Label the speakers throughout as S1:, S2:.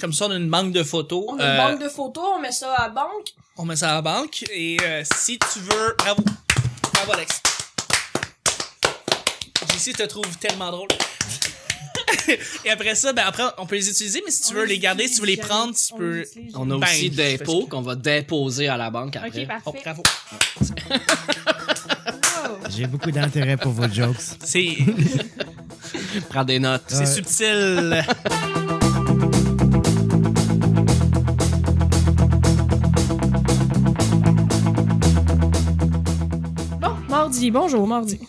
S1: comme ça, on a une banque de photos.
S2: On a une
S1: Euh,
S2: banque de photos, on met ça à la banque.
S1: on met ça à la banque. Et euh, si tu veux... Bravo. Bravo, Alex. JC te trouve tellement drôle. et après ça, ben après, on peut les utiliser, mais si tu
S2: On
S1: veux les garder,
S2: utilise
S1: si tu veux les
S2: jamais.
S1: prendre, tu
S2: On
S1: peux...
S2: utilise
S3: On a
S1: Ben,
S3: aussi
S1: je fais ce
S3: dépôts
S1: que-
S3: qu'on va déposer à la banque après.
S2: Ok,
S1: Oh,
S2: parfait.
S1: bravo.
S2: Wow.
S4: J'ai beaucoup d'intérêt pour vos jokes.
S1: C'est
S3: Prends des notes.
S1: c'est
S4: Ouais.
S1: subtil.
S2: Bon, mardi, bonjour, mardi.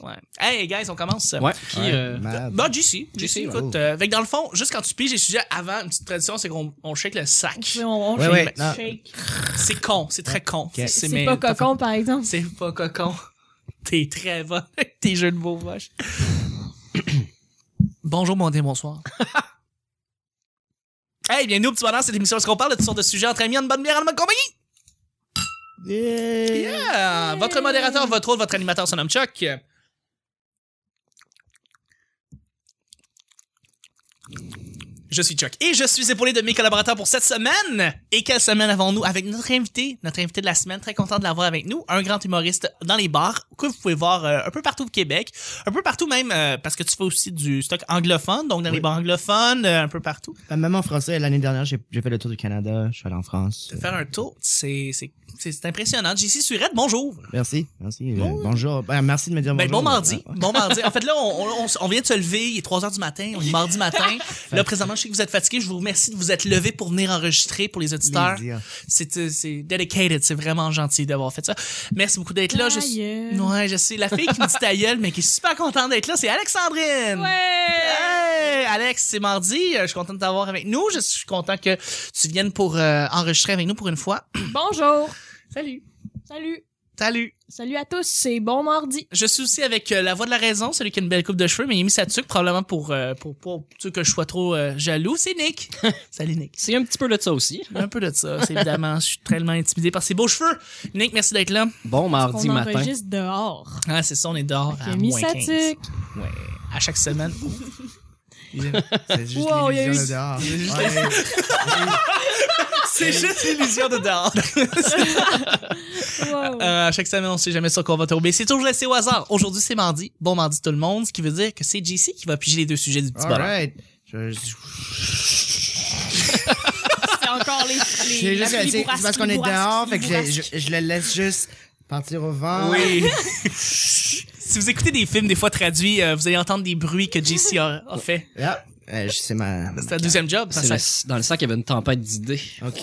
S1: Ouais. Hey, guys, on commence.
S3: Ouais, qui,
S4: Ouais,
S3: euh,
S4: mad.
S1: Bah, JC. JC,
S3: JC,
S1: écoute.
S4: ouais.
S1: euh, fait que dans le fond, juste quand tu piges les sujets avant, une petite tradition, c'est qu'on on shake le sac.
S2: Oui, on, on
S4: Ouais,
S2: shake.
S4: ouais, non.
S2: shake.
S1: C'est con, c'est très con.
S4: Ok.
S1: mais-
S2: C'est pas cocon, par exemple.
S1: C'est pas cocon. T'es très bon avec tes jeux de mots vaches. Bonjour, bon dé, bonsoir. hey, bienvenue au petit bonheur, c'est l'émission où est-ce qu'on parle de toutes sortes de sujets entre amis, en bonne bière, en bonne compagnie.
S4: Yeah.
S1: Yeah! Votre modérateur, votre hôte, votre animateur, son nom Chuck. Je suis Chuck et je suis épaulé de mes collaborateurs pour cette semaine. Et quelle semaine avons-nous avec notre invité, notre invité de la semaine, très content de l'avoir avec nous, un grand humoriste dans les bars que vous pouvez voir euh, un peu partout au Québec, un peu partout même euh, parce que tu fais aussi du stock anglophone, donc dans les
S4: Oui.
S1: bars anglophones, euh, un peu partout.
S4: Ben, Même en français, l'année dernière, j'ai j'ai fait le tour du Canada. Je suis allé en France.
S1: Faire un tour, c'est c'est- c'est impressionnant. JC Surette, bonjour.
S4: Merci, merci. euh, bonjour. Ben, merci de me dire
S1: Ben,
S4: bonjour.
S1: bon mardi.
S4: Ouais.
S1: Bon mardi. En fait, là, on, on- on s- on vient de se lever. Il est 3 h du matin. On est mardi matin. Là, présentement, je sais que vous êtes fatigué. Je vous remercie de vous être levé pour venir enregistrer pour les auditeurs.
S4: Plaisir.
S1: C'est euh, c'est dedicated. C'est vraiment gentil d'avoir fait ça. Merci beaucoup d'être là. Je suis-
S2: Aïe.
S1: Ouais, je sais. La fille qui me dit ta gueule, mais qui est super contente d'être là, c'est Alexandrine.
S2: Ouais!
S1: Hey, Alex, c'est mardi. Euh, Je suis content de t'avoir avec nous. Je suis content que tu viennes pour euh, enregistrer avec nous pour une fois.
S2: Bonjour. Salut. Salut.
S1: Salut.
S2: Salut à tous, c'est bon mardi.
S1: Je suis aussi avec euh, la voix de la raison, celui qui a une belle coupe de cheveux, mais il a mis sa tuque probablement pour euh, pour pour, pour que je sois trop euh, jaloux. C'est Nick. Salut Nick.
S3: C'est un petit peu de ça aussi.
S1: Un peu de ça, c'est évidemment. Je suis tellement intimidé par ses beaux cheveux. Nick, merci d'être là.
S3: Bon mardi
S2: on
S3: matin.
S2: enregistre dehors.
S1: Ah, c'est ça, on est dehors
S2: Il
S1: à
S2: a mis
S1: moins
S2: sa
S1: 15.
S2: tuque.
S1: Ouais, à chaque semaine.
S4: C'est juste
S2: Wow, il y a
S4: l'illusion
S2: eu-
S4: de dehors.
S1: il y a juste-
S4: Ouais.
S1: c'est juste l'illusion de dehors.
S2: Wow.
S1: Euh, à chaque semaine, on sait jamais sur quoi on va tomber. C'est toujours laissé au hasard. Aujourd'hui, c'est mardi. Bon mardi tout le monde, ce qui veut dire que c'est JC qui va piger les deux sujets du petit
S4: All
S1: bonheur.
S4: right. Je- je-
S2: c'est encore les. les
S4: J'ai juste
S2: la
S4: c'est- c'est
S2: flibourasque,
S4: parce qu'on est
S2: flibourasque,
S4: dehors, fait que j'ai-
S2: flibourasque.
S4: je, je le laisse juste partir au vent.
S1: Oui. si vous écoutez des films des fois traduits, euh, vous allez entendre des bruits que JC a, a fait.
S4: Là, euh, je- c'est ma. ma-
S1: C'est un deuxième job.
S3: C'est
S1: ça-
S3: le- dans le sac, il y avait une tempête d'idées.
S4: Ok.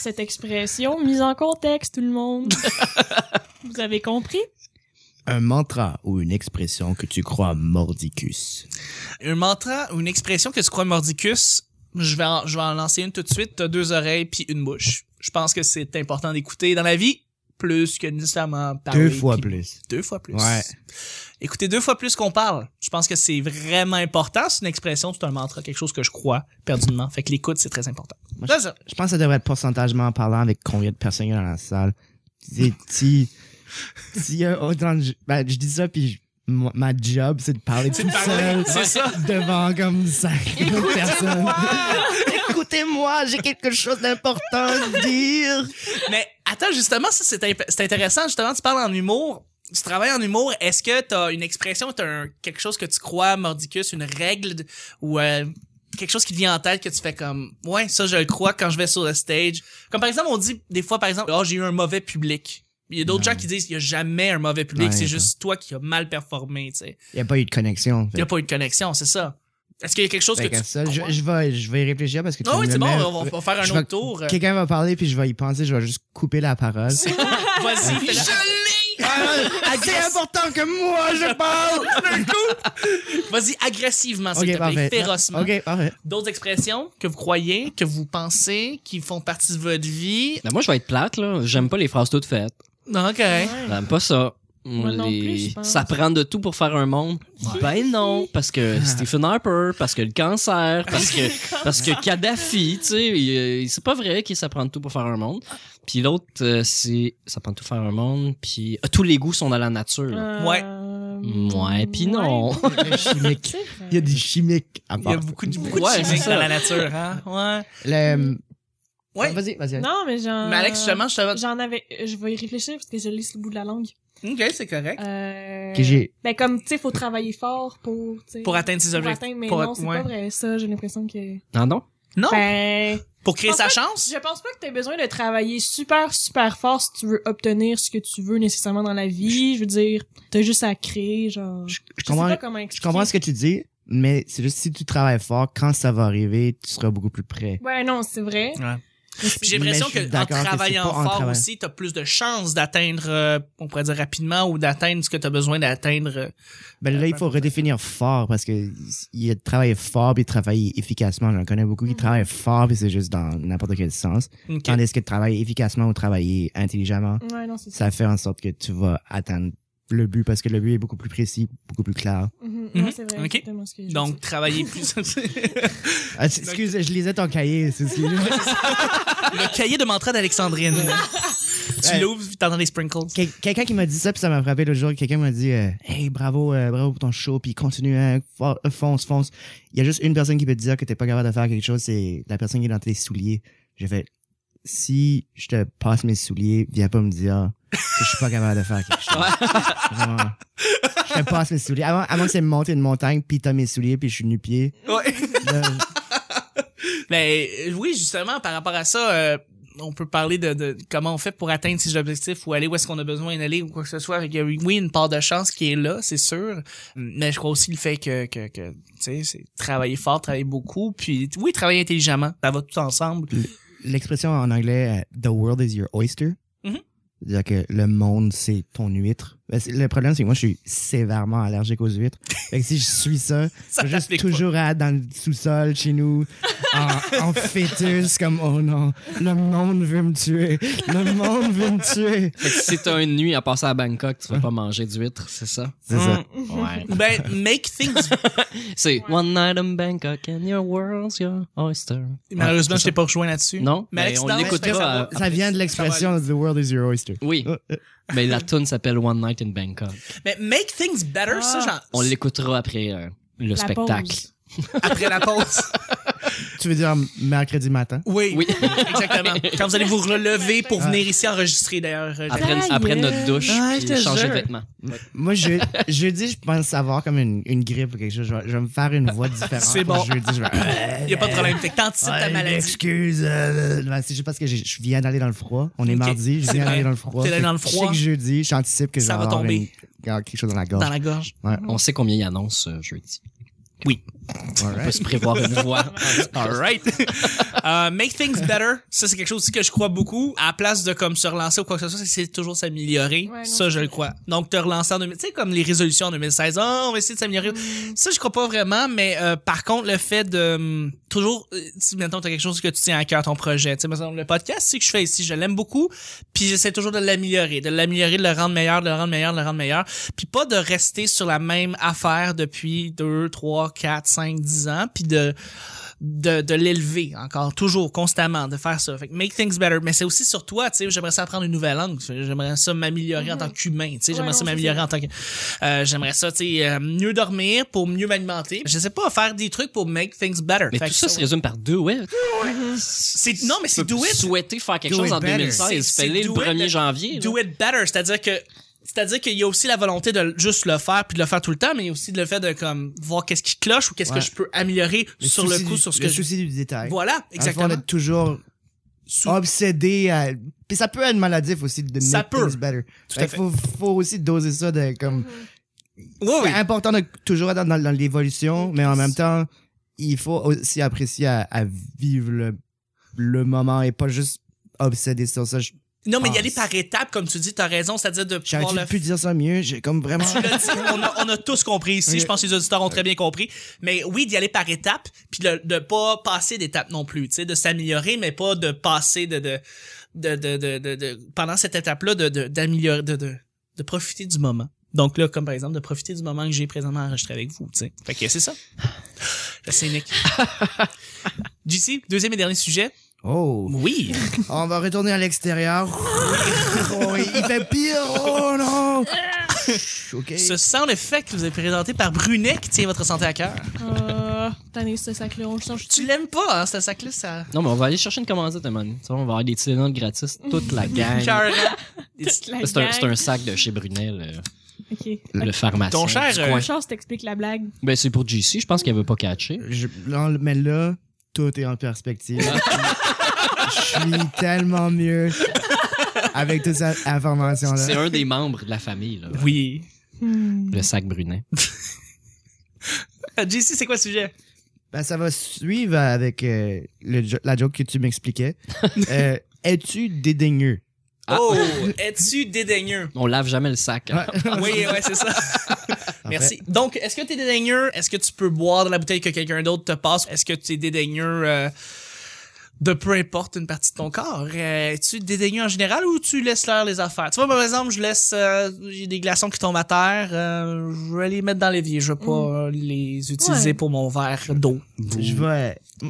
S2: Cette expression mise en contexte, tout le monde. Vous avez compris?
S4: Un mantra ou une expression que tu crois mordicus.
S1: Un mantra ou une expression que tu crois mordicus, je vais en, je vais en lancer une tout de suite. T'as deux oreilles puis une bouche. Je pense que c'est important d'écouter dans la vie plus que nécessairement parler.
S4: Deux fois
S1: puis-
S4: plus.
S1: Deux fois plus.
S4: Ouais.
S1: Écoutez deux fois plus qu'on parle. Je pense que c'est vraiment important. C'est une expression, c'est un mantra, quelque chose que je crois perdument. Fait que l'écoute, c'est très important.
S4: Moi,
S1: C'est ça.
S4: Je pense que ça devrait être pourcentagement en parlant avec combien de personnes il y a dans la salle. Si, si, si y a autant de- ben, je dis ça, puis je- moi, ma job, c'est de parler tout seul
S1: C'est ça.
S4: devant comme 50 personnes. Écoutez-moi, j'ai quelque chose d'important à dire.
S1: Mais attends, justement, ça, c'est, imp- c'est intéressant. Justement, tu parles en humour. Tu travailles en humour. Est-ce que tu as une expression, tu un, quelque chose que tu crois, mordicus, une règle de- ou euh, quelque chose qui te vient en tête que tu fais comme Ouais, ça, je le crois quand je vais sur le stage. Comme par exemple, on dit des fois, par exemple, Oh, j'ai eu un mauvais public. Il y a d'autres gens qui disent il y a jamais un mauvais public,
S4: Ouais,
S1: c'est
S4: ouais.
S1: juste toi qui as mal performé. Tu sais.
S4: Il n'y a pas eu de connexion.
S1: Il n'y a pas eu de connexion, c'est ça. Est-ce qu'il y a quelque chose
S4: Fait
S1: que
S4: que
S1: tu.
S4: ça, je,
S1: crois?
S4: je vais, je vais y réfléchir parce que tu
S1: Ah oui,
S4: me
S1: c'est bon,
S4: mets-
S1: on va, on va faire un
S4: je
S1: autre
S4: vais-
S1: tour.
S4: Quelqu'un va parler, puis je vais y penser, je vais juste couper la parole. Ah,
S1: Vas-y, fais-la.
S4: C'est Ah, important que moi je parle!
S1: d'un coup. Vas-y agressivement, s'il
S4: Ok,
S1: te plaît,
S4: parfait.
S1: férocement.
S4: Ok, parfait.
S1: D'autres expressions que vous croyez, que vous pensez, qui font partie de votre vie.
S3: Ben, moi, je vais être plate, là. J'aime pas les phrases toutes faites.
S1: OK.
S3: J'aime pas ça.
S2: Moi non plus, je pense.
S3: Ça prend de tout pour faire un monde. Ben non, parce que Stephen Harper, parce que le cancer, parce que parce que Kadhafi, tu sais, il- il- c'est pas vrai que ça prend de tout pour faire un monde. Puis l'autre, euh, c'est ça prend de tout pour faire un monde. Puis euh, tous les goûts sont dans la nature.
S2: Euh,
S1: Ouais.
S2: comme.
S3: Ouais, puis non.
S4: Le chimique.
S2: C'est vrai.
S4: Il y a des chimiques à
S1: Il y a
S4: part.
S1: beaucoup de, beaucoup
S3: Ouais,
S1: de
S3: c'est
S1: chimiques
S3: ça.
S1: dans la nature, hein? Ouais.
S4: Le- euh,
S1: Ouais.
S4: Vas-y, vas-y.
S2: Non, mais j'en.
S1: Mais Alex, justement, je te
S2: J'en avais. euh, Je vais y réfléchir parce que je lis sur le bout de la langue.
S1: Ok, c'est correct.
S2: Euh...
S4: Que j'ai-
S2: Ben, comme, tu sais, faut travailler fort pour. tu sais,
S1: Pour atteindre ses
S2: pour
S1: objectifs.
S2: atteindre, mais
S1: pour-
S2: non, c'est
S1: ouais.
S2: pas vrai, ça. J'ai l'impression que.
S3: Non, non.
S1: Non?
S2: Ben.
S1: Pour créer
S2: en
S1: sa
S2: fait,
S1: chance?
S2: Je pense pas que t'aies besoin de travailler super, super fort si tu veux obtenir ce que tu veux nécessairement dans la vie. Je veux dire, t'as juste à créer, genre.
S4: Je, je
S2: Je sais
S4: comprends,
S2: pas comment
S4: je
S2: expliquer.
S4: comprends ce que tu dis, mais c'est juste si tu travailles fort, quand ça va arriver, tu seras beaucoup plus près.
S2: Ouais, non, c'est vrai.
S1: Ouais.
S2: Mais c'est-
S1: Puis j'ai
S4: Mais
S1: l'impression
S4: je suis
S1: qu'en
S4: d'accord que c'est
S1: travaillant
S4: pas en
S1: fort
S4: travaillant.
S1: aussi, t'as plus de chances d'atteindre, euh, on pourrait dire rapidement, ou d'atteindre ce que t'as besoin d'atteindre. euh.
S4: Ben là, il faut redéfinir fort parce que il a travaillé fort puis travaillé efficacement. J'en connais beaucoup qui
S2: Mhm.
S4: travaillent fort puis c'est juste dans n'importe quel sens.
S1: Ok.
S4: Tandis que travailler efficacement ou travailler intelligemment,
S2: Ouais, non, c'est ça.
S4: ça fait en sorte que tu vas atteindre le but parce que le but est beaucoup plus précis, beaucoup plus clair.
S2: Mhm,
S1: Mhm.
S2: ouais, c'est vrai.
S1: Ok.
S2: exactement ce que je
S1: Donc, travailler plus. le
S4: Ah, c- excuse, je lisais ton cahier. c'est- c'est-
S1: cahier de mantra d'Alexandrine. tu
S4: Ouais.
S1: l'ouvres, puis t'entends des sprinkles.
S4: Quel- quelqu'un qui m'a dit ça puis ça m'a frappé l'autre jour. Quelqu'un m'a dit euh, hey bravo, euh, bravo pour ton show puis continue, hein, fo- euh, fonce, fonce. Il y a juste une personne qui peut te dire que t'es pas capable de faire quelque chose, c'est la personne qui est dans tes souliers. J'ai fait si je te passe mes souliers, viens pas me dire que je suis pas capable de faire quelque chose. Vraiment. Je te passe mes souliers. Avant, avant que c'est monter une montagne, puis t'as mes souliers, puis je suis nu pied.
S1: Ouais. Ben euh, oui, justement, par rapport à ça, euh, on peut parler de, de comment on fait pour atteindre ses objectifs ou aller où est-ce qu'on a besoin d'aller ou quoi que ce soit. Il y a oui une part de chance qui est là, c'est sûr. Mais je crois aussi le fait que, que, que tu sais, c'est travailler fort, travailler beaucoup, puis oui, travailler intelligemment, ça va tout ensemble.
S4: L'expression en anglais, euh, the world is your oyster.
S1: Mhm.
S4: C'est-à-dire que le monde, c'est ton huître. Ben, c'est- Le problème, c'est que moi, je suis sévèrement allergique aux huîtres. Fait que si je suis ça,
S1: Ça
S4: je suis juste
S1: t'applique pas.
S4: toujours à- dans le sous-sol, chez nous, en, en fœtus, comme, oh non, le monde veut me tuer. Le monde veut me tuer.
S3: Fait que si t'as une nuit à passer à Bangkok, tu vas pas manger d'huîtres, c'est ça?
S4: C'est ça.
S3: Ouais.
S1: Ben make things.
S3: C'est One night in Bangkok and your world's your oyster.
S1: Malheureusement, je t'ai pas rejoint là-dessus.
S3: Non,
S1: Mais
S3: mais
S1: Alex
S3: on
S1: Dallas, fait que ça
S3: l'écoutera.
S1: va-
S3: à-
S4: Ça vient de l'expression The world is your oyster.
S3: Oui,
S4: Oh, euh,
S3: mais la tune s'appelle One night in Bangkok.
S1: Mais make things better, ça,
S2: Ah.
S1: genre,
S3: On l'écoutera après euh, le
S2: La
S3: spectacle.
S2: pause.
S1: après la pause.
S4: Tu veux dire mercredi matin?
S1: Oui,
S3: Oui.
S1: exactement. Quand vous allez vous relever pour venir ici enregistrer, d'ailleurs. euh,
S3: Après,
S2: Ta
S3: après
S2: gueule.
S3: notre douche,
S1: Ah, je
S3: puis
S1: te
S3: changer de
S1: jure.
S3: vêtements.
S4: Moi, je, jeudi, je pense avoir comme une, une grippe ou quelque chose. Je vais, je vais me faire une voix différente.
S1: C'est bon.
S4: pour Jeudi, je vais...
S1: Il n'y a pas de problème. Fait que t'anticipes ta
S4: Ouais,
S1: maladie.
S4: Excuse. euh, ben, c'est juste parce que j'ai- je viens d'aller dans le froid. On est
S1: Ok,
S4: mardi, je
S1: c'est
S4: viens
S1: vrai.
S4: d'aller dans le froid.
S1: T'es allé
S4: Fait
S1: dans le
S4: que Je sais
S1: froid.
S4: que jeudi, j'anticipe que
S1: Ça
S4: je vais
S1: va
S4: avoir
S1: tomber.
S4: une- quelque chose dans la gorge.
S1: Dans la gorge.
S3: On sait combien il annonce euh, jeudi. On peut
S4: Alright.
S3: se prévoir une voix.
S1: All right. Euh, make things better. Ça, c'est quelque chose aussi que je crois beaucoup. À la place de comme se relancer ou quoi que ce soit, c'est- c'est toujours s'améliorer.
S2: Ouais, non,
S1: ça, je le crois. Donc, te relancer en 2000, tu sais, comme les résolutions en 2016. Ah, on va essayer de s'améliorer. Ça, je crois pas vraiment, mais euh, par contre, le fait de hum, toujours, euh, si maintenant t'as quelque chose que tu tiens à cœur, ton projet, tu sais, par exemple, le podcast, c'est que je fais ici, je l'aime beaucoup, puis j'essaie toujours de l'améliorer, de l'améliorer, de le rendre meilleur, de le rendre meilleur, de le rendre meilleur, puis pas de rester sur la même affaire depuis 2, 3, 4, 5, 10 ans, puis de de, de l'élever encore, toujours, constamment, de faire ça. Fait que make things better. Mais c'est aussi sur toi, tu sais, j'aimerais ça apprendre une nouvelle langue. J'aimerais ça m'améliorer en tant qu'humain, tu sais,
S2: Mm-hmm. Ouais,
S1: j'aimerais
S2: non,
S1: ça
S2: c'est
S1: m'améliorer
S2: ça.
S1: en tant que... Euh, j'aimerais ça, tu sais, euh, mieux dormir pour mieux m'alimenter. Je sais pas, faire des trucs pour make things better.
S3: Mais
S1: Fait
S3: tout
S1: que
S3: ça se résume par do it.
S1: c'est- Non, mais c'est do it.
S3: Souhaiter faire quelque
S4: Do
S3: chose
S4: it
S3: en
S4: better.
S3: 2016,
S1: C'est-
S3: fallait
S1: c'est
S3: le
S1: do it,
S3: 1er
S1: mais-
S3: janvier. là.
S1: Do it better, c'est-à-dire que c'est-à-dire qu'il y a aussi la volonté de juste le faire puis de le faire tout le temps, mais il y a aussi le fait de comme voir qu'est-ce qui cloche ou qu'est-ce
S4: Ouais.
S1: que je peux améliorer sur le
S4: souci
S1: coup
S4: du-
S1: sur ce
S4: le
S1: que je
S4: souci du détail.
S1: voilà exactement.
S4: Avant Ah, d'être toujours
S1: Sous-
S4: obsédé à... Puis ça peut être maladif aussi de
S1: Ça
S4: make
S1: peut.
S4: things better.
S1: à
S4: Fait que
S1: fait.
S4: faut, faut aussi doser ça de comme...
S1: Oui, oui.
S4: C'est important de toujours être dans, dans- dans l'évolution, mais en même temps, il faut aussi apprécier à, à vivre le, le moment et pas juste obsédé sur ça. Je-
S1: Non, mais y
S4: Ah,
S1: aller par étapes, comme tu dis, t'as raison, c'est-à-dire de pouvoir
S4: J'aurais
S1: le
S4: dû plus dire ça mieux. J'ai comme vraiment.
S1: Tu l'as dit, on, a, on a tous compris ici.
S4: Ok.
S1: Je pense que les auditeurs ont très bien compris. Mais oui, d'y aller par étapes, puis de, de pas passer d'étapes non plus, tu sais, de s'améliorer, mais pas de passer de de de de, de, de- de- pendant cette étape-là de de- d'améliorer, de, de de profiter du moment. Donc là, comme par exemple, de profiter du moment que j'ai présentement enregistré avec vous, tu sais. Fait que c'est ça. La scénique. JC, deuxième et dernier sujet.
S4: Oh.
S1: Oui.
S4: On va retourner à l'extérieur. Oh, il fait pire. Oh non. OK.
S1: Ce sound effect que vous avez présenté par Brunet qui tient votre santé à cœur.
S2: Euh, Tenez, ce sac-là, on le change
S1: Tu l'aimes pas, hein, ce sac-là, ça.
S3: Non, mais on va aller chercher une commandite, man. Ça, on va avoir des Tylenol gratis, toute la gang.
S1: Cœur. hein?
S2: toute la
S3: C'est un, c'est
S2: gang.
S3: un sac de chez Brunel, le,
S2: Ok.
S3: le pharmacien.
S1: Ton cher,
S3: du
S1: euh,
S3: coin.
S2: Charles t'explique la blague.
S3: Ben, c'est pour JC, je pense qu'elle veut pas catcher.
S4: Je- non, mais là, tout est en perspective. je suis tellement mieux avec toute cette
S3: C'est
S4: information-là.
S3: un des membres de la famille, là.
S1: Oui.
S2: Hmm.
S3: Le sac Brunet.
S1: JC, Ah, c'est quoi le sujet?
S4: Ben, ça va suivre avec euh, le jo- la joke que tu m'expliquais. Euh, Es-tu dédaigneux?
S3: Ah.
S1: Oh, es-tu dédaigneux?
S3: On lave jamais le sac. hein.
S1: Oui, ouais, c'est ça.
S4: En
S1: Merci.
S4: fait,
S1: Donc, est-ce que t'es dédaigneux? Est-ce que tu peux boire de la bouteille que quelqu'un d'autre te passe? Est-ce que tu es dédaigneux euh, de peu importe une partie de ton corps? Euh, Es-tu dédaigneux en général ou tu laisses faire les affaires? Tu vois, par exemple, je laisse euh, j'ai des glaçons qui tombent à terre. euh, je vais les mettre dans l'évier. Je vais pas euh, les utiliser
S2: Ouais.
S1: pour mon verre d'eau.
S4: Je vais. m-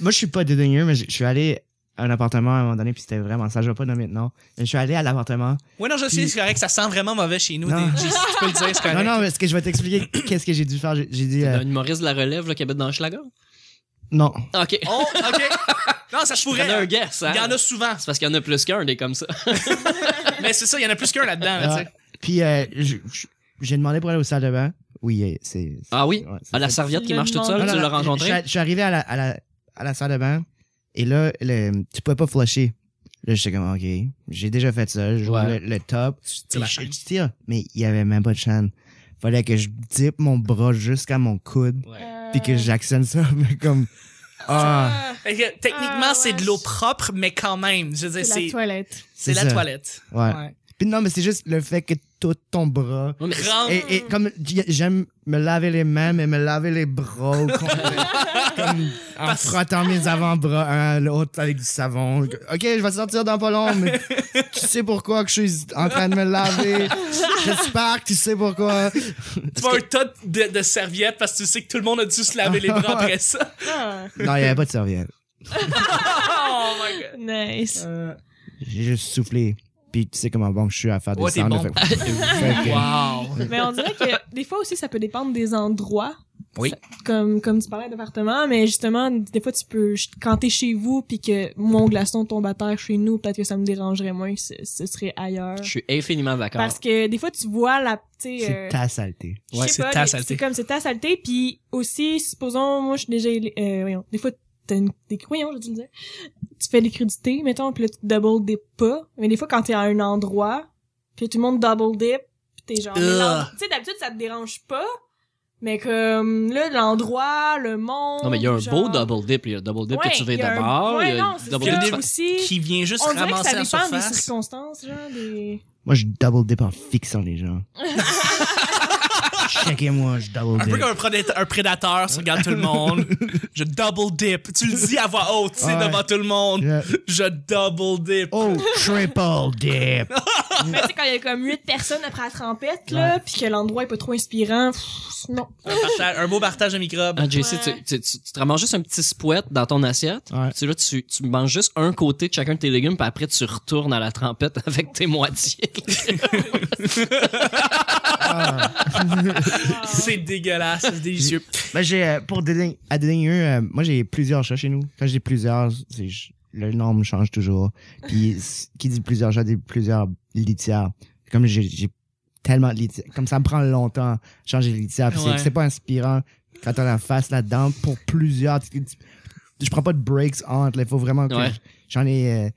S4: Moi, je suis pas dédaigneux, mais je je suis allé à un appartement à un moment donné, puis c'était vraiment ça. Je vais pas nommer de nom. Mais je suis allé à l'appartement.
S1: Ouais, non, je sais,
S4: Puis-
S1: c'est correct. Ça sent vraiment mauvais chez nous.
S4: Non.
S1: des- tu peux le dire, c'est correct.
S4: Non, non, mais ce que je vais t'expliquer, qu'est-ce que j'ai dû faire? J'ai j'ai dit. euh,
S3: Un humoriste de la relève, là, qui habite dans Schlager.
S4: non.
S3: OK.
S1: Oh, OK. Non, ça se pourrait.
S3: Prenez un guess, hein.
S1: Il y en a souvent.
S3: C'est parce qu'il y en a plus qu'un des comme ça.
S1: Mais c'est ça, il y en a plus qu'un là-dedans. là, tu sais.
S4: Ah, Puis euh, je- je- j'ai demandé pour aller au salle de bain. Oui, euh, c'est. c'est-
S3: Ah oui?
S4: ouais, c'est-
S3: Ah, la
S4: c'est-
S3: serviette qui marche toute seule,
S4: Non, non,
S3: tu l'as
S4: non, Je,
S3: rencontrée?
S4: suis- je suis arrivé à la, à la, à la salle de bain et là, le- tu pouvais pas flusher. Là, j'étais comme, OK, j'ai déjà fait ça. Je vois
S3: Ouais.
S4: le, le top.
S1: tires la
S4: Et je-
S1: chaîne.
S4: je tire, mais il y avait même pas de chaîne. Fallait que je dippe mon bras jusqu'à mon coude
S3: Ouais.
S4: puis que j'actionne ça. Mais comme, ah,
S2: Euh, Ah,
S1: Fait ben, que, techniquement,
S2: Ah,
S1: c'est de
S2: ouais.
S1: l'eau propre, mais quand même, je veux dire,
S2: c'est
S1: c'est
S2: la toilette.
S1: c'est la
S4: ça.
S1: toilette.
S4: Ouais. Puis non, mais c'est juste le fait que tout ton bras...
S3: Ouais, mais
S1: Grand-
S4: Et, et comme j- j'aime me laver les mains, mais me laver les bras au complet. comme en
S1: Parce-
S4: frottant mes avant-bras un à l'autre avec du savon. Ok, je vais sortir dans pas long, mais tu sais pourquoi que je suis en train de me laver. J'espère que tu sais pourquoi.
S1: Tu vois un tas de, de serviettes parce que tu sais que tout le monde a dû se laver les bras après ça.
S2: Ah,
S4: Non, il n'y avait pas de serviette.
S1: Oh my god.
S2: nice.
S4: J'ai juste soufflé. Puis tu sais comment bon que je suis à faire des
S1: Ouais, t'es
S4: sounds,
S1: bon.
S4: fait- fait que-
S1: Wow.
S2: Mais on dirait que des fois aussi, ça peut dépendre des endroits.
S1: Oui.
S2: Ça- Comme, comme tu parlais d'appartement, mais justement, des fois, tu peux, ch- quand t'es chez vous, puis que mon glaçon tombe à terre chez nous, peut-être que ça me dérangerait moins, ce, ce serait ailleurs.
S3: Je suis infiniment d'accord.
S2: Parce que des fois, tu vois la, tu sais, euh,
S4: C'est ta saleté.
S2: je
S1: Ouais,
S2: sais
S1: c'est
S2: pas,
S1: ta
S2: mais
S1: saleté.
S2: C'est comme c'est ta saleté, puis aussi, supposons, moi, je suis déjà, euh, voyons, des fois, t'as une, des, voyons, je veux dire, tu fais des crudités, mettons, puis là, tu double dip pas, mais des fois, quand t'es à un endroit, puis tout le monde double dip, puis t'es genre, mais
S1: Ugh.
S2: l'en- tu sais, d'habitude, ça te dérange pas, mais comme, là, l'endroit, le monde,
S3: Non, mais il y a un
S2: genre-
S3: beau double dip. Il y a le double dip
S2: Ouais,
S3: que tu veux
S2: il y a un-
S3: d'abord.
S2: ouais,
S3: il y a
S2: non,
S3: le
S2: c'est
S3: double
S2: ça,
S3: dip. tu
S2: aussi,
S1: Qui vient juste
S2: on dirait que
S1: ramasser
S2: ça
S1: la
S2: dépend des
S1: surface.
S2: circonstances, genre, des...
S4: Moi, je double dip en fixant les gens. Checkez-moi, je double
S1: Un peu
S4: dip.
S1: comme un prédateur, un prédateur, tu regardes tout le monde. Je double dip. Tu le dis à voix haute, tu sais,
S4: Ouais.
S1: devant tout le monde.
S4: Je-
S1: Je double dip.
S4: Oh, triple dip.
S2: Mais tu sais, quand il y a comme huit personnes après la trempette, là, puis que l'endroit est pas trop inspirant, pff, non.
S1: Un, partage- un beau partage de microbes.
S3: Ah, JC,
S2: Ouais.
S3: tu, tu, tu, tu te ramasses juste un petit spouette dans ton assiette.
S4: Ouais.
S3: Tu, sais, là, tu, tu manges juste un côté de chacun de tes légumes, puis après, tu retournes à la trempette avec tes moitiés.
S4: Ah.
S1: C'est dégueulasse, c'est délicieux.
S4: Ben, j'ai, euh, pour dédaign- à dédaigneux, euh, moi, j'ai plusieurs chats chez nous. Quand j'ai plusieurs, c'est, j- le nombre change toujours. Puis, c- qui dit plusieurs chats dit plusieurs litières. Comme j'ai, j'ai tellement de litières. Comme ça me prend longtemps de changer de litière. Puis c'est-
S1: Ouais.
S4: c'est, pas inspirant quand on a face là-dedans pour plusieurs. tu- tu- Je prends pas de breaks entre. Il faut vraiment que
S3: Ouais.
S4: je- j'en ai. euh,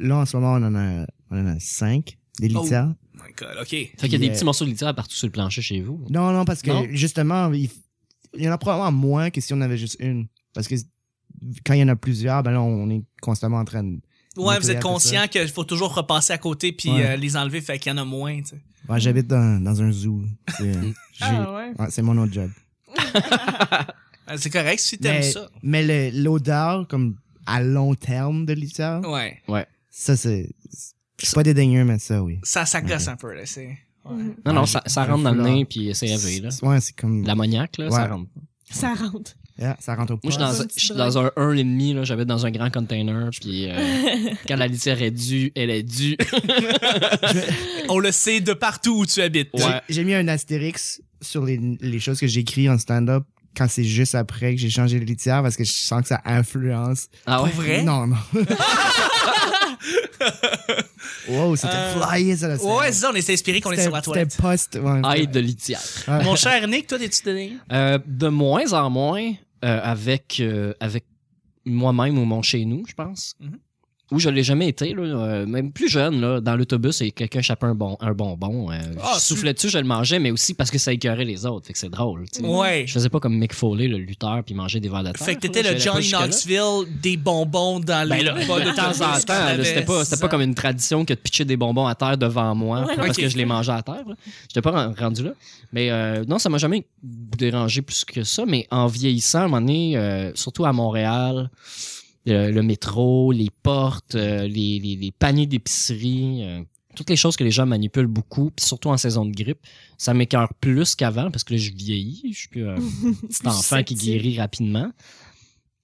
S4: là, en ce moment, on en a, on en a cinq, des
S1: Oh.
S4: litières.
S1: Oh my god, OK.
S3: fait qu'il y a des
S4: Yeah.
S3: petits morceaux de litière partout sur le plancher chez vous.
S4: Non, non, parce que
S3: Non?
S4: justement, il, f- il y en a probablement moins que si on avait juste une. Parce que quand il y en a plusieurs, ben là, on est constamment en train de.
S1: Ouais,
S4: Nettoyer
S1: vous êtes
S4: après
S1: conscient qu'il faut toujours repasser à côté puis
S4: Ouais.
S1: euh, les enlever, fait qu'il y en a moins, tu sais.
S4: Ouais, J'habite dans, dans un zoo. C'est j'ai-
S2: Ah ouais.
S4: ouais, c'est mon autre job.
S1: Ah, C'est correct si t'aimes
S4: Mais,
S1: ça.
S4: mais le- l'odeur, comme à long terme de litière,
S1: Ouais.
S4: ça, c'est. Je suis pas dédaigneux, mais ça, oui.
S1: Ça, ça gosse un peu, là, c'est... Ouais.
S2: Mhm.
S3: Non, non,
S4: Ouais,
S3: ça,
S4: j'ai-
S3: ça
S4: j'ai
S3: rentre dans le
S4: foulard.
S3: nez, puis c'est élevé, là.
S4: Ouais, c'est comme.
S3: L'ammoniaque, là, ça
S4: Ouais.
S3: rentre.
S2: Ça rentre.
S4: Yeah, ça rentre au
S3: Moi, je suis
S4: poste.
S3: dans,
S2: Ouais,
S3: un-
S2: c'est
S3: je suis
S2: drôle.
S3: dans un 1,5, là. J'avais dans un grand container. Puis euh, quand la litière est due, elle est due.
S1: On le sait de partout où tu habites.
S3: Ouais.
S4: J'ai- J'ai mis un astérix sur les, les choses que j'écris en stand-up quand c'est juste après que j'ai changé de litière parce que je sens que ça influence.
S3: Ah
S1: Pour
S3: ouais?
S1: vrai?
S4: Non, non. wow, c'était
S1: Euh,
S4: flyé, ça, là.
S1: Ouais, ouais, c'est ça, on est inspiré qu'on est sur la
S4: C'était
S1: toilette.
S4: c'était post. Ouais,
S3: Aide de litière.
S4: Ouais.
S1: Mon cher Nick, toi, t'es-tu donné?
S3: Euh, de moins en moins euh, avec, euh, avec moi-même ou mon chez nous, je pense.
S1: Mhm.
S3: Où je l'ai jamais été, là, euh, même plus jeune, là, dans l'autobus et quelqu'un chapait un, bon, un bonbon. euh,
S1: Ah,
S3: je soufflais dessus, je le mangeais, mais aussi parce que ça écœurait les autres. Fait que c'est drôle. tu sais.
S1: Ouais.
S3: Je faisais pas comme Mick Foley, le lutteur, puis mangeait des verres de terre.
S1: Fait que t'étais
S3: là,
S1: le
S3: j'allais pas
S1: Johnny
S3: jusque-là.
S1: Knoxville des bonbons dans
S3: Ben
S1: le
S3: là,
S1: bas
S3: de temps en
S1: l'autobus
S3: temps,
S1: qu'il
S3: là,
S1: avait
S3: c'était pas, c'était
S1: six
S3: pas
S1: ans.
S3: comme une tradition que de pitcher des bonbons à terre devant moi
S2: Ouais.
S3: parce
S1: Ok.
S3: que je les mangeais à terre. là. J'étais pas ren- rendu là. Mais euh, non, ça m'a jamais dérangé plus que ça. Mais en vieillissant, à un moment donné, euh, surtout à Montréal, euh, le métro, les portes, euh, les, les- les paniers d'épicerie, euh, toutes les choses que les gens manipulent beaucoup, puis surtout en saison de grippe, ça m'écœure plus qu'avant parce que là, je vieillis. Je suis plus un petit enfant qui
S2: Susceptible.
S3: guérit rapidement.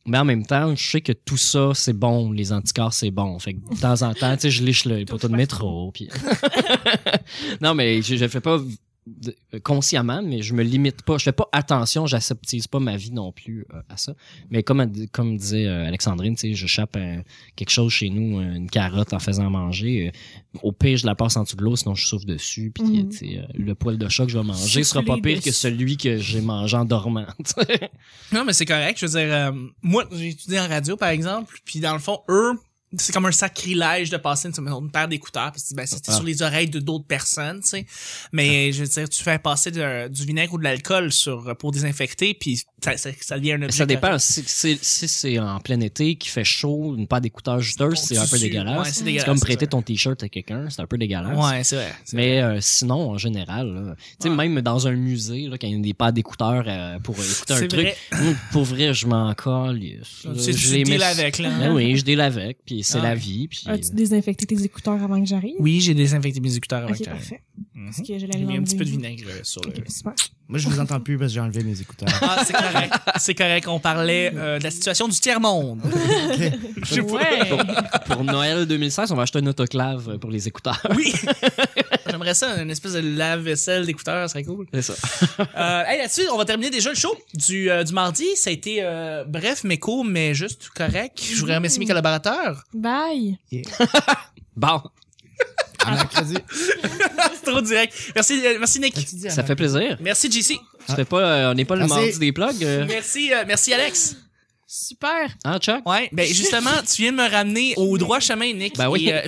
S3: Mais en même temps, je sais que tout ça, c'est bon. Les anticorps, c'est bon. Fait que de temps en temps, tu sais, je liche le poteau de métro. Puis... non, mais je ne fais pas de- euh, consciemment, mais je me limite pas. Je fais pas attention, j'aseptise pas ma vie non plus euh, à ça. Mais comme, elle- comme disait euh, Alexandrine, tu sais, je chape un- quelque chose chez nous, euh, une carotte en faisant manger. euh, au pire, je la passe en dessous de l'eau, sinon je souffle dessus. Puis
S2: Mhm.
S3: tu sais, euh, le poil de chat que je vais manger sera pas
S2: Souffler
S3: pire que
S2: dessus.
S3: celui que j'ai mangé en dormant. tu sais.
S1: Non, mais c'est correct. Je veux dire, euh, moi, j'ai étudié en radio, par exemple, puis dans le fond, eux, c'est comme un sacrilège de passer une, une paire d'écouteurs parce que ben, c'était
S3: Ah.
S1: sur les oreilles de d'autres personnes, tu sais. Mais je veux dire, tu fais passer de- du vinaigre ou de l'alcool sur pour désinfecter, puis ça, ça, ça devient un objet.
S3: Ça dépend. Si si- si c'est en plein été, qui fait chaud, une paire d'écouteurs
S1: Bon,
S3: juteuses, c'est un
S1: tu
S3: peu
S1: sues. Ouais,
S3: dégueulasse.
S1: c'est
S3: C'est
S1: dégueulasse.
S3: comme prêter ton t-shirt à quelqu'un, c'est un peu dégueulasse.
S1: Ouais, c'est vrai. c'est
S3: hein, Mais euh, sinon, en général, là, tu sais,
S1: Ouais.
S3: même dans un musée, là, quand il y a des paires d'écouteurs euh, pour euh, écouter un
S1: C'est
S3: truc, euh,
S1: vrai.
S3: mm, pour vrai, je m'en colle.
S1: Tu sais, tu
S3: les
S1: deals
S3: mets-
S1: avec, là.
S3: Ben oui, je deal avec, puis c'est
S1: Ah
S3: la
S1: ouais.
S3: vie. Puis, euh,
S2: As-tu désinfecté tes écouteurs avant que j'arrive?
S1: Oui, j'ai désinfecté mes écouteurs avec
S2: Ok,
S1: euh,
S2: parfait.
S1: mhm.
S2: Parce que je l'avais
S1: J'ai mis un
S2: enlevé.
S1: petit peu de vinaigre euh, sur le.
S2: Ok, super.
S4: Moi, je vous entends plus parce que j'ai enlevé mes écouteurs.
S1: Ah, c'est correct. c'est correct. On parlait euh, de la situation du tiers-monde. Je sais pas.
S3: euh, pour Noël 2016, on va acheter un autoclave euh, pour les écouteurs.
S1: Oui. J'aimerais ça, une espèce de lave-vaisselle d'écouteurs, ça serait cool.
S3: C'est ça.
S1: Euh, hey, là-dessus, on va terminer déjà le show du, euh, du mardi. Ça a été euh, bref, mais court, mais juste correct. Je voudrais remercier mes collaborateurs.
S2: Bye!
S3: Bon,
S4: À mercredi.
S1: C'est trop direct. Merci, euh, merci Nick.
S4: As-tu dit à
S3: ça fait plaisir.
S1: Merci JC.
S3: Tu fais pas, euh, on n'est pas le
S4: Merci.
S3: mardi des plugs. euh.
S1: Ah. Merci, euh, merci Alex.
S2: Super!
S3: Hein, Chuck?
S1: Ouais, ben justement, tu viens de me ramener au droit chemin, Nick.
S3: Ben oui.
S1: Et, euh,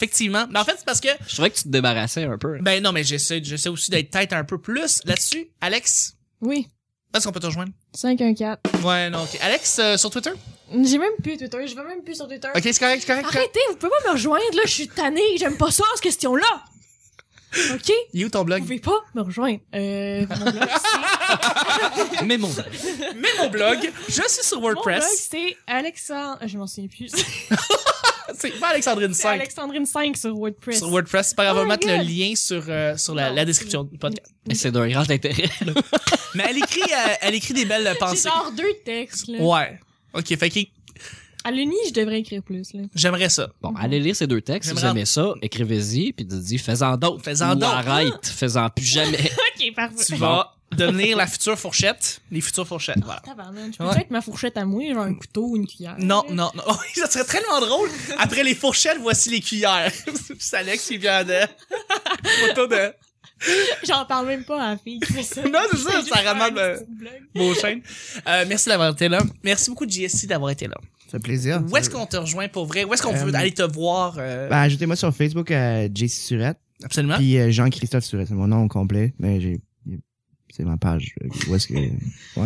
S1: effectivement. Mais en fait, c'est parce que,
S3: Je trouvais que tu te débarrassais un peu. hein.
S1: ben non, mais j'essaie, j'essaie aussi d'être tête un peu plus là-dessus. Alex,
S2: Oui,
S1: où est-ce qu'on peut te rejoindre?
S2: 514.
S1: Ouais, non, ok. Alex, euh, sur Twitter?
S2: J'ai même plus Twitter, je vais même plus sur Twitter.
S1: Ok, c'est correct, c'est correct. c'est correct.
S2: Arrêtez, vous pouvez pas me rejoindre, là, je suis tannée, j'aime pas ça, cette question-là! Ok?
S1: Il est où ton
S2: Vous
S1: blog?
S2: pouvez pas me rejoindre. Euh, mon blog,
S3: Mais bon,
S1: Mais mon blog, je suis sur
S2: mon blog,
S1: WordPress.
S2: c'est Alexandre... Je m'en souviens plus.
S1: C'est pas Alexandrine
S2: C'est
S1: 5.
S2: Alexandrine 5 sur WordPress.
S1: Sur WordPress, c'est pas grave, on
S2: Oh
S1: va mettre
S2: my
S1: le
S2: God.
S1: lien sur, euh, sur la,
S2: Non.
S1: la description du podcast.
S3: c'est d'un grand intérêt.
S1: Mais elle écrit, euh, elle écrit des belles
S2: J'ai
S1: pensées.
S2: genre deux textes, là.
S1: Ouais. Ok, fait que
S2: À l'Uni, je devrais écrire plus, là.
S1: j'aimerais ça.
S3: Bon, allez lire ces deux textes. Si vous
S1: J'aimerais-
S3: aimez ça, écrivez-y, puis dis fais-en d'autres.
S1: Fais-en
S3: Ou
S1: d'autres.
S3: Arrête, fais-en plus jamais.
S2: Ok, parfait.
S1: Tu vas devenir la future fourchette. Les futures fourchettes, voilà.
S2: Ah, Tabarnak, je peux
S1: Ouais.
S2: peut-être ma fourchette à moi, genre un couteau ou une cuillère.
S1: Non, non, non. Oh, ça serait tellement drôle. Après les fourchettes, voici les cuillères. C'est Alex qui vient de. Photo de.
S2: J'en parle même pas à la fille qui fait ça.
S1: Non, c'est ça,
S2: J'ai juste
S1: ça
S2: fait un
S1: ramène, euh,
S2: petit blog.
S1: Beau chaîne. Euh, merci d'avoir été là. Merci beaucoup, JSC, d'avoir été là.
S4: Ça fait plaisir.
S1: Où est-ce qu'on te rejoint pour vrai? Où est-ce qu'on
S4: Euh,
S1: veut aller te voir? euh,
S4: Ben, ajoutez-moi sur Facebook à JC Surette,
S1: absolument.
S4: puis euh, Jean-Christophe Surette, c'est mon nom au complet, mais j'ai c'est ma page. euh, Où est-ce que ouais.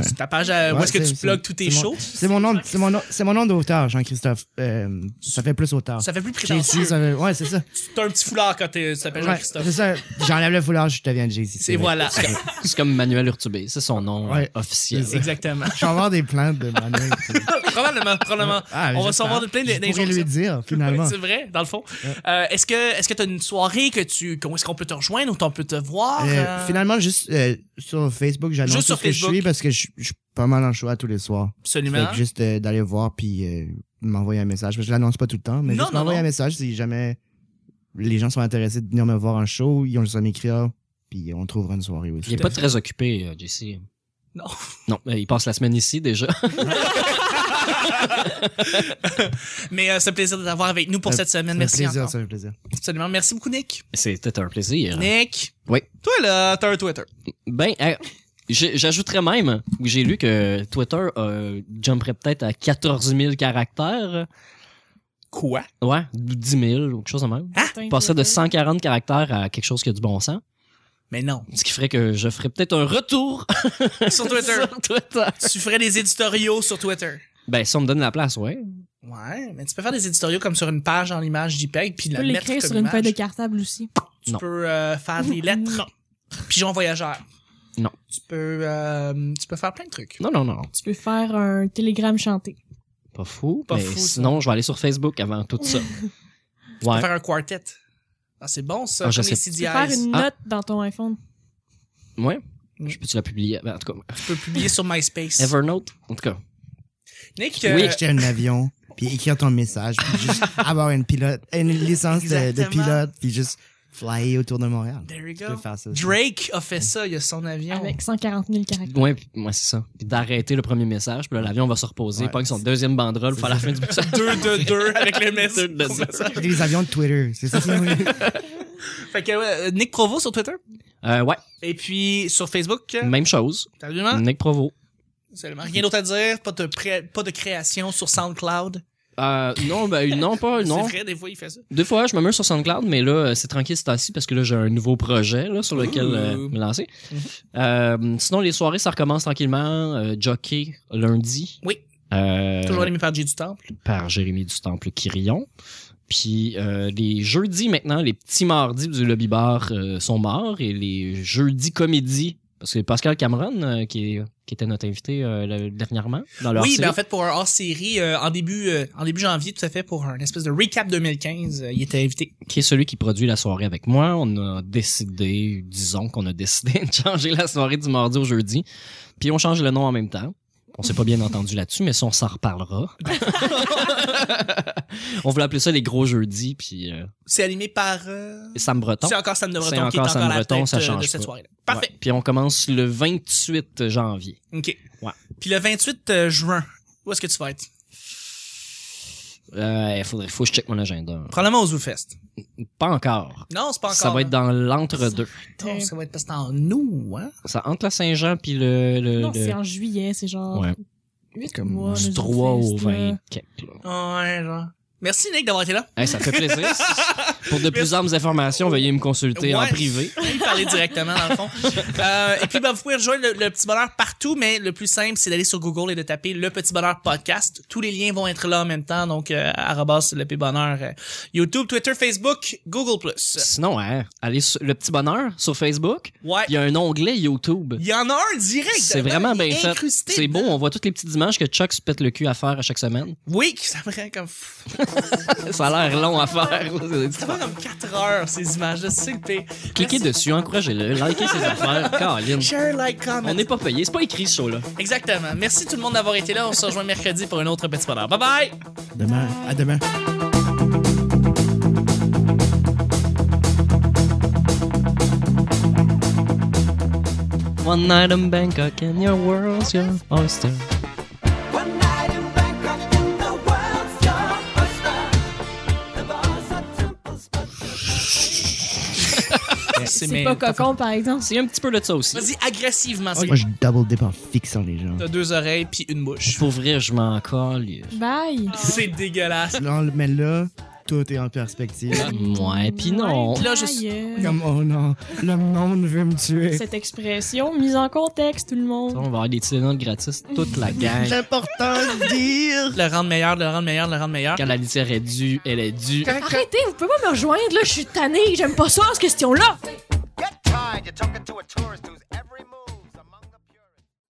S1: C'est ta page euh, où
S4: Ouais,
S1: est-ce que
S4: c'est-
S1: tu
S4: c'est-
S1: plugues tous tes
S4: c'est
S1: shows.
S4: C'est mon nom, c'est mon nom, c'est mon nom d'auteur, Jean-Christophe. Euh, ça fait plus auteur.
S1: Ça fait plus
S4: JC,
S1: prétentieux.
S4: ça fait ouais, c'est ça.
S1: T'as un petit foulard quand t'es- tu t'appelles
S4: Ouais,
S1: Jean-Christophe.
S4: c'est ça. J'enlève le foulard, je deviens JC.
S1: C'est
S4: vrai.
S1: voilà.
S3: c'est comme Manuel Urtubé, c'est son nom euh,
S4: Ouais.
S3: officiel.
S4: C'est
S1: Exactement.
S4: Je vais avoir des plantes de Manuel.
S1: probablement, probablement.
S4: Ah, mais
S1: On va
S4: j'espère.
S1: s'en voir de plein
S4: Je
S1: d'in-
S4: pourrais lui
S1: d'injonctions.
S4: dire finalement.
S1: C'est vrai, dans le fond. Euh, est-ce que est-ce que t'as une soirée que tu, qu'on- est-ce qu'on peut te rejoindre ou on peut te voir?
S4: Euh,
S1: euh?
S4: finalement, juste euh, sur sur Facebook, j'annonce
S1: Juste
S4: tout
S1: sur
S4: ce que je
S1: Facebook.
S4: suis parce que je, je suis pas mal en choix tous les soirs. Fait
S1: Absolument.
S4: que juste euh, d'aller voir puis euh, m'envoyer un message. Parce que je l'annonce pas tout le temps, mais
S1: Non,
S4: juste
S1: non,
S4: m'envoyer
S1: non.
S4: un message si jamais les gens sont intéressés de venir me voir en show, ils ont juste à m'écrire, puis on trouvera une soirée
S3: Il
S4: aussi.
S3: est pas très occupé, euh, JC.
S1: Non.
S3: Non, euh, il passe la semaine ici déjà.
S1: Mais euh, c'est un plaisir de t'avoir avec nous pour
S4: Un-
S1: cette semaine.
S4: un
S1: Merci
S4: plaisir,
S1: encore.
S4: ça Ah. fait plaisir.
S1: Absolument. Merci beaucoup, Nick.
S3: C'était un plaisir.
S1: Nick.
S3: Oui.
S1: Toi, là, t'as un Twitter.
S3: Ben, euh, j'ai- j'ajouterais même, où j'ai lu que Twitter euh, jumperait peut-être à 14 000 caractères.
S1: Quoi?
S3: Ouais, ou 10 000, ou quelque chose de
S1: Ah,
S3: même.
S1: Hein?
S2: Putain,
S3: Il passerait de
S2: Twitter.
S3: 140 caractères à quelque chose qui a du bon sens.
S1: Mais non.
S3: Ce qui ferait que je ferais peut-être un retour
S1: Sur Twitter.
S3: sur Twitter.
S1: tu ferais des éditoriaux sur Twitter.
S3: Ben, si on me donne la place, ouais.
S1: Ouais, mais tu peux faire des éditoriaux comme sur une page en image JPEG puis
S2: Tu
S1: la
S2: peux
S1: mettre
S2: l'écrire
S1: comme
S2: sur une
S1: image.
S2: feuille de cartable aussi.
S1: Tu
S3: Non.
S1: peux euh, faire des lettres. Pigeon voyageur.
S3: Non.
S1: Tu peux, euh, tu peux faire plein de trucs.
S3: Non, non, non.
S2: Tu peux faire un télégramme chanté.
S3: Pas fou.
S1: Pas
S3: mais
S1: fou, ça.
S3: sinon, je vais aller sur Facebook avant tout ça.
S1: Tu
S3: ouais.
S1: peux faire un quartet. Ah, c'est bon ça.
S3: Ah, je
S1: comme
S3: sais-
S1: les
S2: Tu peux
S1: CDIs.
S2: faire une
S3: Ah.
S2: note dans ton iPhone.
S3: Ouais.
S1: Mm.
S3: Je peux-tu la publier? Ben, en tout cas,
S1: Tu peux publier sur MySpace.
S3: Evernote? En tout cas.
S1: Nick,
S3: Oui,
S1: euh,
S4: Acheter un avion, puis écrire ton message, puis juste avoir une pilote, une licence de, de
S1: Exactement.
S4: pilote, puis juste flyer autour de Montréal.
S1: there you
S4: Je peux
S1: go.
S4: faire ça. aussi.
S1: Drake a fait ça, il a son avion.
S2: Avec 140 000 caractères.
S3: Ouais, puis- ouais, c'est ça. Puis d'arrêter le premier message, puis là, l'avion va se reposer,
S4: Ouais.
S3: pas que son deuxième banderole pour faire la fin du message.
S1: 2 de 2 avec le
S3: Deux de deux.
S1: message.
S4: J'ai des avions de Twitter, c'est ça.
S1: fait que ouais, Nick Provo sur Twitter
S3: Euh, ouais,
S1: et puis sur Facebook.
S3: même chose.
S1: Absolument.
S2: Mm.
S3: Nick Provo.
S1: Absolument. Rien d'autre à dire, pas de, pré- pas de création sur SoundCloud.
S3: Euh, non, ben, non, pas, non. Euh,
S1: C'est vrai, des fois, il fait ça.
S3: Deux fois, je me mets sur SoundCloud, mais là, euh, c'est tranquille, c'est assis parce que là, j'ai un nouveau projet là, sur lequel
S1: Ouh. Mhm.
S3: euh, me lancer. Euh, sinon, les soirées, ça recommence tranquillement. Euh, jockey, lundi.
S1: Oui.
S3: Euh,
S1: Toujours animé par J du Temple.
S3: par Jérémy du Temple Quirion. Puis euh, les jeudis maintenant, les petits mardis du lobby bar euh, sont morts et les jeudis comédie parce que Pascal Cameron euh, qui, est- qui était notre invité euh, le- dernièrement dans leur
S1: oui,
S3: série.
S1: ben en fait, pour un hors-série, euh, en, début, euh, en début janvier, tout à fait, pour un espèce de recap 2015, euh, il était invité.
S3: qui est celui qui produit la soirée avec moi. On a décidé, disons qu'on a décidé de changer la soirée du mardi au jeudi, puis on change le nom en même temps. On s'est pas bien entendu là-dessus, mais ça, on s'en reparlera. on voulait appeler ça les gros jeudis, puis euh,
S1: C'est animé par... euh,
S3: Sam Breton.
S1: C'est encore Sam de
S3: C'est
S1: Breton qui est
S3: encore
S1: encore
S3: Sam
S1: à la
S3: Breton,
S1: tête
S3: ça
S1: euh, de
S3: change
S1: cette
S3: pas.
S1: soirée-là. Parfait.
S3: Ouais. Puis on commence le 28 janvier.
S1: OK.
S3: Ouais.
S1: Puis le 28 euh, juin, où est-ce que tu vas être?
S3: Euh, faudrait, faut que je check mon agenda.
S1: Probablement au ZooFest.
S3: Pas encore.
S1: Non, c'est pas encore.
S3: ça va être dans l'entre-deux.
S1: Non, ça va être parce que c'est en nous, hein?
S3: Ça entre la Saint-Jean puis le, le,
S2: Non,
S3: le-
S2: c'est en juillet, c'est genre
S3: euh, Ouais.
S2: 8
S4: Comme
S2: mois.
S3: du
S2: le
S3: 3 au
S2: Zoufest, là.
S3: 20 quelques, là.
S1: Ouais, genre. Merci, Nick, d'avoir été là.
S3: Hey, ça fait plaisir. Pour de plus amples informations, veuillez me consulter en
S1: Ouais.
S3: privé.
S1: lui parler directement dans le fond. Euh, et puis ben, vous pouvez rejoindre le, le petit bonheur partout, mais le plus simple c'est d'aller sur Google et de taper le petit bonheur podcast. Tous les liens vont être là en même temps, donc euh, arrobas le petit bonheur euh, YouTube, Twitter, Facebook, Google Plus.
S3: Sinon, hein, allez sur le petit bonheur sur Facebook.
S1: Ouais.
S3: Il y a un onglet YouTube.
S1: Il y en a un direct.
S3: C'est
S1: dedans,
S3: vraiment
S1: il est
S3: bien fait.
S1: incrusté
S3: C'est beau,
S1: dedans.
S3: on voit toutes les petites images que Chuck se pète le cul à faire à chaque semaine.
S1: Oui, que ça prend comme
S3: Ça a l'air long à faire.
S1: ça prend comme 4 heures ces images là, c'est le pire.
S3: Cliquez
S1: Merci.
S3: dessus, encouragez-le, likez ses affaires. Caroline,
S1: Share, like, comment
S3: on n'est pas payé, c'est pas écrit ce show-là.
S1: Exactement. Merci tout le monde d'avoir été là. On se rejoint mercredi pour un autre petit bonheur. Bye bye.
S4: Demain, à demain.
S3: One night in Bangkok and your world's your oyster.
S5: One night in Bangkok in the world's your oyster. The bars are temples, but
S2: C'est pas cocon, par exemple.
S3: C'est un petit peu de ça aussi.
S1: Vas-y agressivement. c'est
S4: Moi, je double dip en fixant les gens.
S1: T'as deux oreilles puis une bouche.
S3: Pour vrai, je m'en colle.
S2: Bye!
S1: C'est dégueulasse.
S4: Là, on le met là, tout est en perspective.
S3: Ouais, pis non.
S1: Là, je suis-
S2: Aïe.
S4: Comme, oh non, le monde veut me tuer.
S2: Cette expression mise en contexte, tout le
S3: Ça,
S2: monde.
S3: On va avoir des Tylenol gratis, toute la gang.
S4: C'est important de dire.
S1: Le rendre meilleur, le rendre meilleur, le rendre meilleur.
S3: Quand la litière est due, elle est due.
S2: Arrêtez, vous pouvez pas me rejoindre, là, je suis tannée, j'aime pas ça, cette question-là!
S6: Get tired. You're talking to a tourist who's